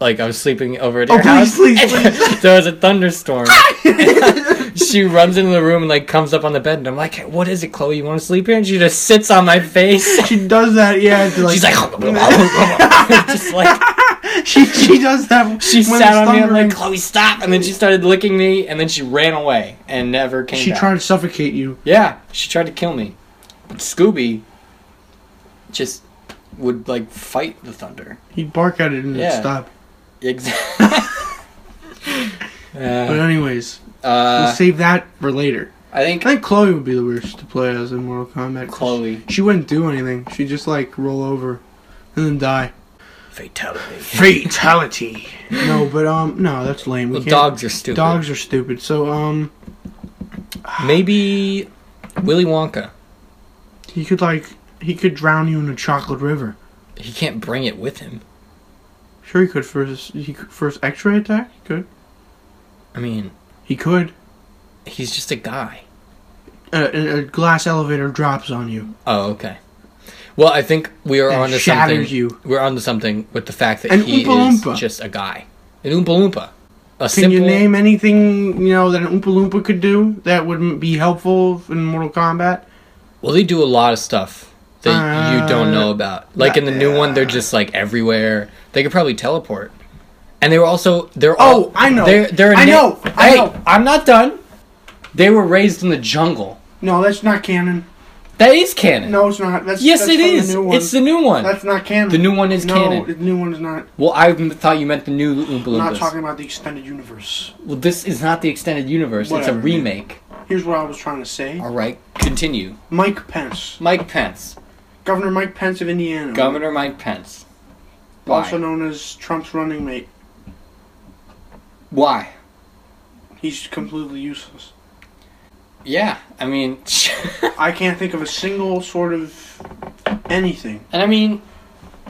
Speaker 2: like, I was sleeping over at
Speaker 3: Oh,
Speaker 2: her
Speaker 3: please,
Speaker 2: house. (laughs)
Speaker 3: please, please.
Speaker 2: there was a
Speaker 3: (laughs)
Speaker 2: thunderstorm. (laughs) she runs into the room and like comes up on the bed, and I'm like, "What is it, Chloe? You want to sleep here?" And she just sits on my
Speaker 3: (laughs)
Speaker 2: face.
Speaker 3: She does that, yeah. to,
Speaker 2: She's like, (laughs) just like
Speaker 3: (laughs) she, she does
Speaker 2: (laughs)
Speaker 3: that.
Speaker 2: she
Speaker 3: when
Speaker 2: sat
Speaker 3: it's
Speaker 2: on me. I'm like,
Speaker 3: thundering.
Speaker 2: Chloe, stop! And then she started licking me, and then she ran away and never came
Speaker 3: She
Speaker 2: back.
Speaker 3: tried to suffocate you.
Speaker 2: yeah, she tried to kill me. But Scooby just would like fight the thunder.
Speaker 3: He'd bark at it and
Speaker 2: Yeah.
Speaker 3: it'd stop.
Speaker 2: Exactly. (laughs)
Speaker 3: But
Speaker 2: uh,
Speaker 3: anyways, we'll
Speaker 2: uh,
Speaker 3: save that for later.
Speaker 2: I think
Speaker 3: I think Chloe would be the worst to play as in Mortal Kombat. 'cause
Speaker 2: Chloe
Speaker 3: She wouldn't do anything. She'd just like roll over and then die.
Speaker 2: fatality.
Speaker 3: Fatality. no, but um, no, that's lame. We
Speaker 2: Well,
Speaker 3: can't-
Speaker 2: dogs are stupid.
Speaker 3: Dogs are stupid. So um,
Speaker 2: Maybe Willy Wonka.
Speaker 3: he could like he could drown you in a chocolate river.
Speaker 2: He can't bring it with him.
Speaker 3: Sure, he could first. He could first X-ray attack. He could.
Speaker 2: I mean,
Speaker 3: He could.
Speaker 2: he's just a guy.
Speaker 3: a, a glass elevator drops on you.
Speaker 2: Oh, okay. Well, I think we are
Speaker 3: And
Speaker 2: onto
Speaker 3: shatters
Speaker 2: something.
Speaker 3: you.
Speaker 2: We're onto something with the fact that
Speaker 3: An
Speaker 2: he
Speaker 3: Oompa
Speaker 2: is
Speaker 3: Loompa.
Speaker 2: just a guy. An Oompa Loompa. A
Speaker 3: Can
Speaker 2: simple,
Speaker 3: you name anything you know that an Oompa Loompa could do that would m- be helpful in Mortal Kombat?
Speaker 2: Well, they do a lot of stuff that you don't
Speaker 3: Uh,
Speaker 2: know about. Like in the new one, they're
Speaker 3: yeah.
Speaker 2: just like everywhere. They could probably teleport. And they were also they're
Speaker 3: Oh,
Speaker 2: all,
Speaker 3: I know.
Speaker 2: They're, they're
Speaker 3: I
Speaker 2: na-
Speaker 3: know. I
Speaker 2: hey,
Speaker 3: know.
Speaker 2: I'm not done. They were raised in the jungle.
Speaker 3: No, that's not canon.
Speaker 2: That is canon.
Speaker 3: No, it's not. That's
Speaker 2: Yes,
Speaker 3: that's
Speaker 2: it
Speaker 3: from
Speaker 2: is.
Speaker 3: The new one.
Speaker 2: it's the new one.
Speaker 3: That's not canon.
Speaker 2: The new one is
Speaker 3: no,
Speaker 2: canon.
Speaker 3: The new one is not.
Speaker 2: well, I m- thought you meant the new Oompa
Speaker 3: I'm not
Speaker 2: Loompas.
Speaker 3: talking about the extended universe.
Speaker 2: well, this is not the extended universe.
Speaker 3: Whatever.
Speaker 2: It's a remake.
Speaker 3: Here's what I was trying to say.
Speaker 2: All right, continue.
Speaker 3: Mike Pence,
Speaker 2: Mike Pence,
Speaker 3: Governor Mike Pence of Indiana,
Speaker 2: Governor Mike Pence. Why?
Speaker 3: also known as Trump's running mate.
Speaker 2: Why?
Speaker 3: He's completely useless.
Speaker 2: Yeah, I mean, (laughs)
Speaker 3: I can't think of a single sort of anything.
Speaker 2: and I mean,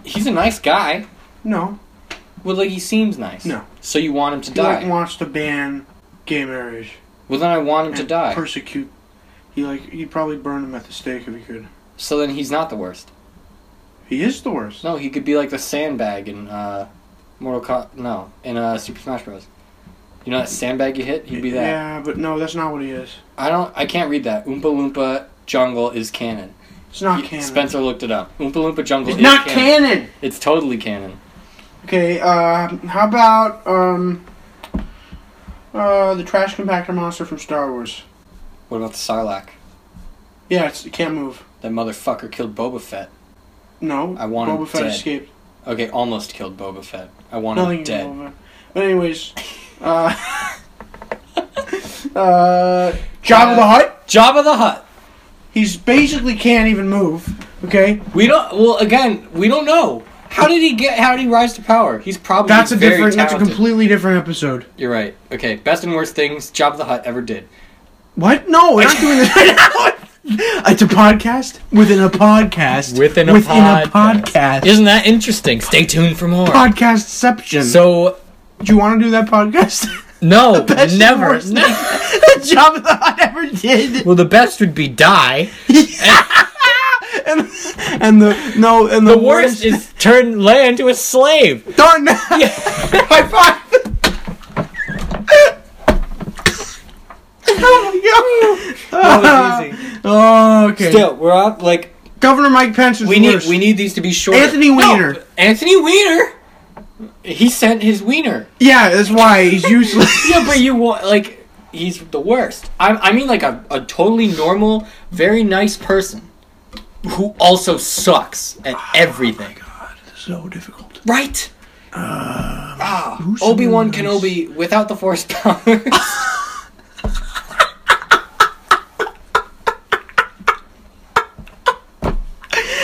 Speaker 2: he's a nice guy.
Speaker 3: No,
Speaker 2: Well, like he seems nice.
Speaker 3: No.
Speaker 2: So you want him to
Speaker 3: he like,
Speaker 2: die?
Speaker 3: wants to ban gay marriage
Speaker 2: well, then I want him to
Speaker 3: and
Speaker 2: die.
Speaker 3: persecute. He like he'd probably burn him at the stake if he could.
Speaker 2: so then he's not the worst.
Speaker 3: He is the worst.
Speaker 2: No, he could be like the sandbag in uh, Mortal Co- No, in uh, Super Smash Bros. You know that sandbag you hit? He'd be that.
Speaker 3: Yeah, but no, that's not what he is.
Speaker 2: I don't. I can't read that. Oompa Loompa Jungle is canon.
Speaker 3: It's not
Speaker 2: He-
Speaker 3: canon.
Speaker 2: Spencer looked it up. Oompa Loompa Jungle
Speaker 3: It's
Speaker 2: is
Speaker 3: not
Speaker 2: canon.
Speaker 3: canon.
Speaker 2: It's totally canon.
Speaker 3: Okay, uh, how about um, uh, the trash compactor monster from Star Wars?
Speaker 2: What about the Sarlacc?
Speaker 3: Yeah, it's, it can't move.
Speaker 2: That motherfucker killed Boba Fett.
Speaker 3: No,
Speaker 2: I want him
Speaker 3: Boba Fett
Speaker 2: dead.
Speaker 3: escaped.
Speaker 2: Okay, almost killed Boba Fett. I want
Speaker 3: Nothing
Speaker 2: him
Speaker 3: to
Speaker 2: dead.
Speaker 3: Boba Fett. But anyways, uh, (laughs) uh, Jabba the Hutt.
Speaker 2: Jabba the Hutt.
Speaker 3: He's basically can't even move. Okay,
Speaker 2: We don't. Well, again, we don't know. How did he get? How did he rise to power? He's probably
Speaker 3: that's a
Speaker 2: very
Speaker 3: different. That's a
Speaker 2: talented.
Speaker 3: completely different episode.
Speaker 2: You're right. Okay, best and worst things Jabba the Hutt ever did.
Speaker 3: What? No, we're not doing this right now. (laughs) It's a podcast within a podcast podcast.
Speaker 2: Isn't that interesting? Stay tuned for more.
Speaker 3: Podcastception.
Speaker 2: So
Speaker 3: Do you want to do that podcast? (laughs)
Speaker 2: no,
Speaker 3: best and
Speaker 2: never.
Speaker 3: worst the job that I ever did.
Speaker 2: well, the best would be die.
Speaker 3: And, and the no, and the,
Speaker 2: The worst is turn Leia into a
Speaker 3: (laughs)
Speaker 2: slave.
Speaker 3: done.
Speaker 2: High (laughs) five.
Speaker 3: oh,
Speaker 2: That was easy. (laughs)
Speaker 3: okay.
Speaker 2: Still, we're up. Like
Speaker 3: Governor Mike Pence is
Speaker 2: we
Speaker 3: the
Speaker 2: need,
Speaker 3: worst.
Speaker 2: we need these to be short.
Speaker 3: Anthony Weiner.
Speaker 2: Anthony Weiner. He sent his wiener.
Speaker 3: yeah, that's why he's
Speaker 2: (laughs)
Speaker 3: useless.
Speaker 2: Yeah, but you want like he's the worst. I, I mean like a, a totally normal, very nice person who also sucks
Speaker 3: (sighs) Oh
Speaker 2: at everything.
Speaker 3: so difficult.
Speaker 2: Right? Obi Wan Kenobi without the Force powers.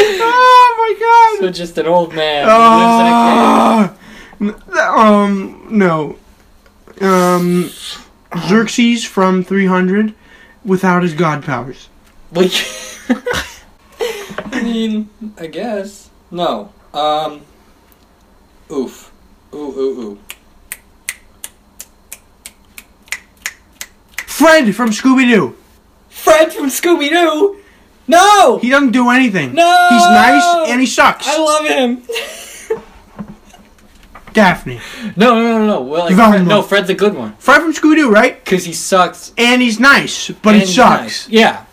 Speaker 3: Oh my
Speaker 2: (laughs) so
Speaker 3: god.
Speaker 2: just an old man. who lives
Speaker 3: Ah. N- um no. Um Xerxes from 300 without his god powers.
Speaker 2: in a cave. Like, (laughs) I mean, I guess no. Um, oof, ooh, ooh, ooh.
Speaker 3: Fred from Scooby Doo.
Speaker 2: Fred from Scooby Doo. No,
Speaker 3: He doesn't do anything.
Speaker 2: No!
Speaker 3: He's nice and he sucks.
Speaker 2: I love
Speaker 3: (laughs)
Speaker 2: him.
Speaker 3: Daphne.
Speaker 2: No, no, no, no. Well, like,
Speaker 3: Velma.
Speaker 2: Fred, no, Fred's a good one
Speaker 3: Fred from Scooby Doo, right?
Speaker 2: because he sucks.
Speaker 3: And he's nice, but
Speaker 2: and
Speaker 3: he
Speaker 2: he's
Speaker 3: sucks.
Speaker 2: nice. Yeah,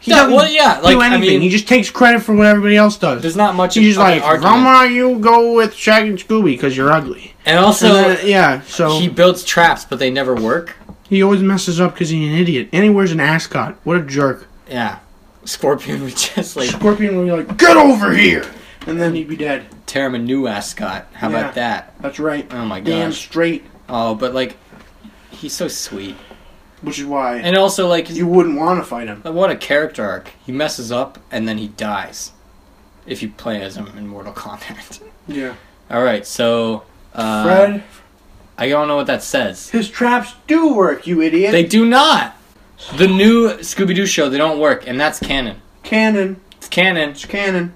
Speaker 3: He
Speaker 2: Yeah,
Speaker 3: doesn't
Speaker 2: well, yeah, like,
Speaker 3: do
Speaker 2: I
Speaker 3: anything.
Speaker 2: mean-
Speaker 3: he just takes credit for what everybody else does.
Speaker 2: there's not much.
Speaker 3: He's just
Speaker 2: of an
Speaker 3: like,
Speaker 2: argument.
Speaker 3: Grandma, you go with Shaggy and Scooby because you're ugly.
Speaker 2: And also,
Speaker 3: So yeah, so
Speaker 2: he
Speaker 3: he,
Speaker 2: builds traps, but they never work.
Speaker 3: always messes up because he's an idiot, and he wears an ascot. What a jerk!
Speaker 2: Yeah, Scorpion (laughs) would just like
Speaker 3: Scorpion would be like, "Get over here," and then he'd be dead.
Speaker 2: tear him a new ascot. How
Speaker 3: Yeah.
Speaker 2: about that?
Speaker 3: That's right.
Speaker 2: Oh my
Speaker 3: Damn
Speaker 2: gosh.
Speaker 3: straight,
Speaker 2: Oh, but like, he's so sweet.
Speaker 3: which is why
Speaker 2: And uh, also, like,
Speaker 3: you wouldn't want to fight him.
Speaker 2: what a character arc. He messes up and then he dies. If you play as him in Mortal Kombat. (laughs)
Speaker 3: Yeah,
Speaker 2: All right, so uh,
Speaker 3: Fred,
Speaker 2: I don't know what that says.
Speaker 3: his traps do work, you idiot.
Speaker 2: They do not. The new Scooby Doo show, they don't work, and that's canon.
Speaker 3: cannon,
Speaker 2: It's canon.
Speaker 3: it's cannon.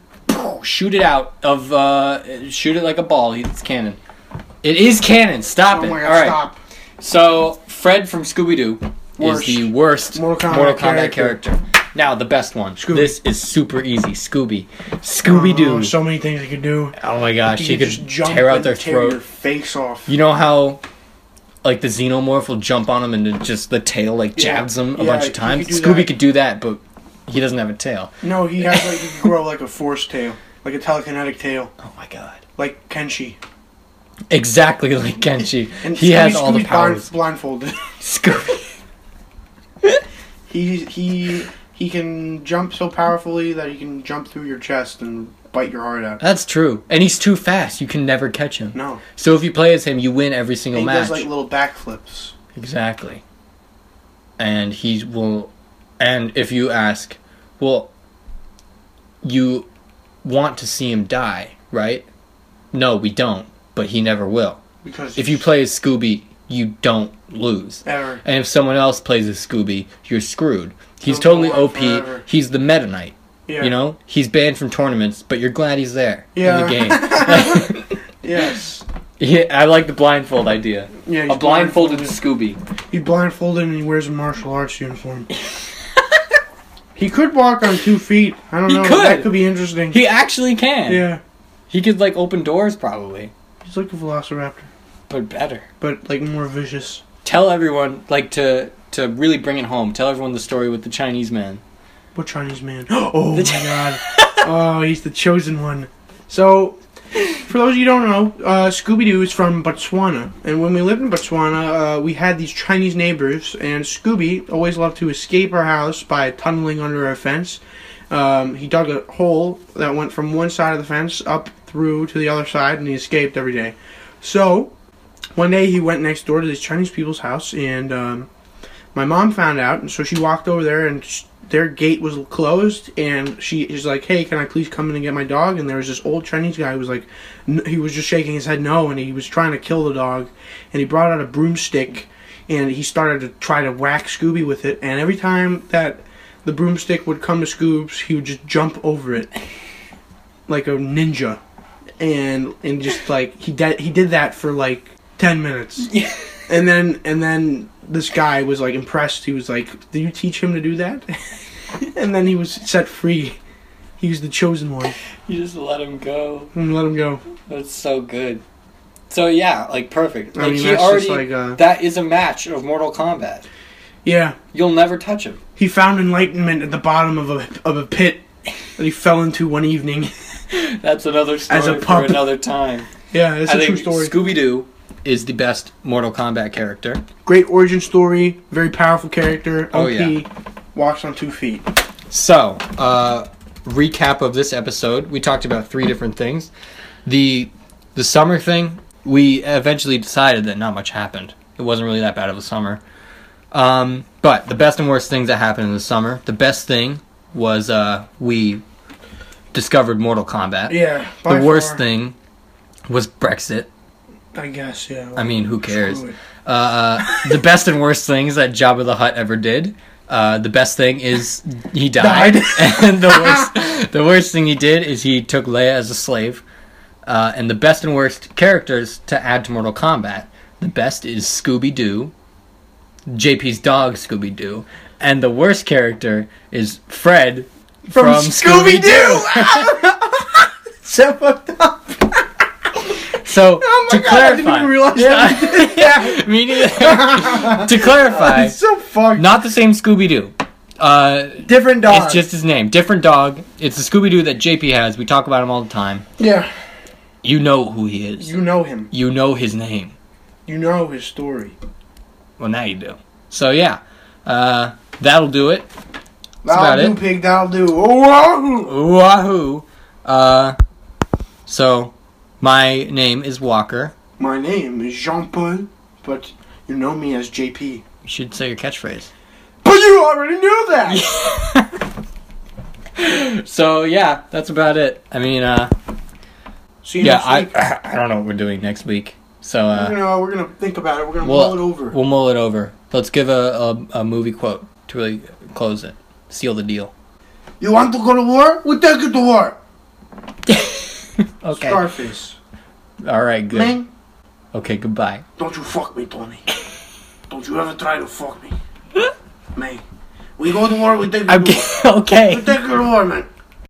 Speaker 2: Shoot it out of, uh, shoot it like a ball. It's canon. It is canon. Stop
Speaker 3: Oh
Speaker 2: it.
Speaker 3: my
Speaker 2: All
Speaker 3: god,
Speaker 2: right.
Speaker 3: stop.
Speaker 2: So Fred from Scooby Doo is
Speaker 3: Worst.
Speaker 2: the worst
Speaker 3: Mortal Kombat character.
Speaker 2: character. Now the best one.
Speaker 3: Scooby.
Speaker 2: This is super easy. Scooby. Scooby Doo.
Speaker 3: Oh, so many things he could do.
Speaker 2: Oh my gosh, he could
Speaker 3: just
Speaker 2: tear out
Speaker 3: and
Speaker 2: their
Speaker 3: tear your
Speaker 2: throat.
Speaker 3: face off.
Speaker 2: You know how, like the xenomorph will jump on them and then just the tail like
Speaker 3: Yeah.
Speaker 2: jabs them a
Speaker 3: Yeah,
Speaker 2: bunch
Speaker 3: he
Speaker 2: of times.
Speaker 3: could do
Speaker 2: Scooby
Speaker 3: that.
Speaker 2: could do that, but He doesn't have a tail.
Speaker 3: No, he has like he grow like a force tail, like a telekinetic tail,
Speaker 2: Oh my god.
Speaker 3: like Kenshi.
Speaker 2: Exactly like Kenshi.
Speaker 3: And
Speaker 2: he has
Speaker 3: Scooby-
Speaker 2: all the
Speaker 3: Scooby's blind-
Speaker 2: powers.
Speaker 3: blindfolded. (laughs)
Speaker 2: Scooby.
Speaker 3: he he he can jump so powerfully that he can jump through your chest and bite your heart out.
Speaker 2: (laughs) That's true. And he's too fast. You can never catch him.
Speaker 3: No,
Speaker 2: So if you play as him, you win every
Speaker 3: And
Speaker 2: single
Speaker 3: he
Speaker 2: match.
Speaker 3: does like little backflips.
Speaker 2: Exactly. And he will. And if you ask, well, you want to see him die, right? No, we don't. But he never will.
Speaker 3: Because
Speaker 2: If you play as Scooby, you don't lose.
Speaker 3: Ever.
Speaker 2: And if someone else plays as Scooby, you're screwed. He's
Speaker 3: He'll go
Speaker 2: totally
Speaker 3: on
Speaker 2: OP.
Speaker 3: forever.
Speaker 2: He's the Meta Knight.
Speaker 3: yeah.
Speaker 2: You know, he's banned from tournaments, but you're glad he's there in
Speaker 3: Yeah. (laughs)
Speaker 2: the game.
Speaker 3: yes,
Speaker 2: yeah, I like the blindfold idea.
Speaker 3: yeah.
Speaker 2: A
Speaker 3: he's
Speaker 2: blindfolded Scooby.
Speaker 3: He blindfolded and he wears a martial
Speaker 2: (laughs)
Speaker 3: arts uniform. he could walk on two feet. I don't
Speaker 2: He
Speaker 3: know.
Speaker 2: could.
Speaker 3: That could be interesting.
Speaker 2: He actually can.
Speaker 3: yeah,
Speaker 2: He could like open doors probably,
Speaker 3: he's like a velociraptor,
Speaker 2: but better.
Speaker 3: but like more vicious.
Speaker 2: Tell everyone like to to really bring it home. Tell everyone the story with the Chinese man.
Speaker 3: What Chinese man? Oh my
Speaker 2: The Chi-
Speaker 3: god! Oh, he's the chosen one. So, for those of you who don't know, uh, Scooby Doo is from Botswana, and when we lived in Botswana, uh, we had these Chinese neighbors, and Scooby always loved to escape our house by tunneling under a fence. Um, he dug a hole that went from one side of the fence up through to the other side, and he escaped every day. So, one day he went next door to this Chinese people's house, and um, my mom found out, and so she walked over there, and sh their gate was closed, and she is like, "Hey, can I please come in and get my dog?" And there was this old Chinese guy who was like, n- he was just shaking his head no, and he was trying to kill the dog, and he brought out a broomstick, and he started to try to whack Scooby with it, and every time that the broomstick would come to Scoobs, he would just jump over it like a ninja, and and just like he did he did that for like ten minutes. And then and then this guy was like impressed. He was like, "Did you teach him to do that?" (laughs) and then he was set free. He was the chosen one.
Speaker 2: You just let him go.
Speaker 3: And let him go.
Speaker 2: That's so good. So yeah, like perfect.
Speaker 3: I
Speaker 2: Like
Speaker 3: mean,
Speaker 2: he
Speaker 3: that's
Speaker 2: already
Speaker 3: just like, uh,
Speaker 2: that is a match of Mortal Kombat.
Speaker 3: Yeah,
Speaker 2: You'll never touch him.
Speaker 3: he found enlightenment at the bottom of a of a pit that he fell into one evening. (laughs)
Speaker 2: That's another story
Speaker 3: As a
Speaker 2: for
Speaker 3: pup.
Speaker 2: another time.
Speaker 3: yeah, that's a true story.
Speaker 2: Scooby Doo is the best Mortal Kombat character.
Speaker 3: Great origin story. Very powerful character. OP.
Speaker 2: Oh, yeah.
Speaker 3: Walks on two feet.
Speaker 2: So, uh, recap of this episode. We talked about three different things. The the summer thing. We eventually decided that not much happened. It wasn't really that bad of a summer. Um, but the best and worst things that happened in the summer. The best thing was uh, we discovered Mortal Kombat.
Speaker 3: Yeah. by
Speaker 2: The worst
Speaker 3: far,
Speaker 2: thing was Brexit.
Speaker 3: I guess. Yeah.
Speaker 2: I mean, who cares?
Speaker 3: Screw it.
Speaker 2: Uh, the best and worst things that Jabba the Hutt ever did. Uh, the best thing is he died,
Speaker 3: Died.
Speaker 2: (laughs) and the worst, the worst thing he did is he took Leia as a slave. Uh, and the best and worst characters to add to Mortal Kombat. The best is Scooby Doo, JP's dog Scooby Doo, and the worst character is Fred from,
Speaker 3: Scooby-Doo! (laughs) So fucked up.
Speaker 2: So
Speaker 3: Oh my
Speaker 2: to
Speaker 3: God, I
Speaker 2: clarify,
Speaker 3: didn't even realize
Speaker 2: yeah, (laughs) me neither. (laughs) to
Speaker 3: (laughs)
Speaker 2: clarify,
Speaker 3: So fucked.
Speaker 2: Not the same Scooby Doo. Uh,
Speaker 3: Different dog.
Speaker 2: it's just his name. Different dog. It's the Scooby Doo that JP has. We talk about him all the time.
Speaker 3: yeah.
Speaker 2: You know who he is.
Speaker 3: You know him.
Speaker 2: You know his name.
Speaker 3: You know his story.
Speaker 2: Well, now you do. So, yeah. Uh, that'll do it. about
Speaker 3: that'll
Speaker 2: it.
Speaker 3: do, pig. That'll do. Wahoo!
Speaker 2: Wahoo. Uh, so, my name is Walker.
Speaker 3: My name is Jean Paul, but you know me as JP.
Speaker 2: You should say your catchphrase.
Speaker 3: But you already knew
Speaker 2: (laughs)
Speaker 3: that.
Speaker 2: So, yeah, that's about it. I mean, uh,
Speaker 3: See you
Speaker 2: yeah,
Speaker 3: next week.
Speaker 2: I, (laughs) I don't know what we're doing next week. So,
Speaker 3: we're
Speaker 2: uh,
Speaker 3: gonna, we're gonna think about it. We're gonna
Speaker 2: Well,
Speaker 3: mull it over.
Speaker 2: We'll mull it over. Let's give a, a, a movie quote to really close it, seal the deal.
Speaker 3: you want to go to war? We take you to war.
Speaker 2: (laughs) Okay.
Speaker 3: Scarface.
Speaker 2: All right. Good.
Speaker 3: Man,
Speaker 2: Okay. Goodbye.
Speaker 3: don't you fuck me, Tony. don't you ever try to fuck me. Man, we go to war. We take you
Speaker 2: I'm (laughs)
Speaker 3: to
Speaker 2: ki-
Speaker 3: war.
Speaker 2: okay.
Speaker 3: We take you to war, man.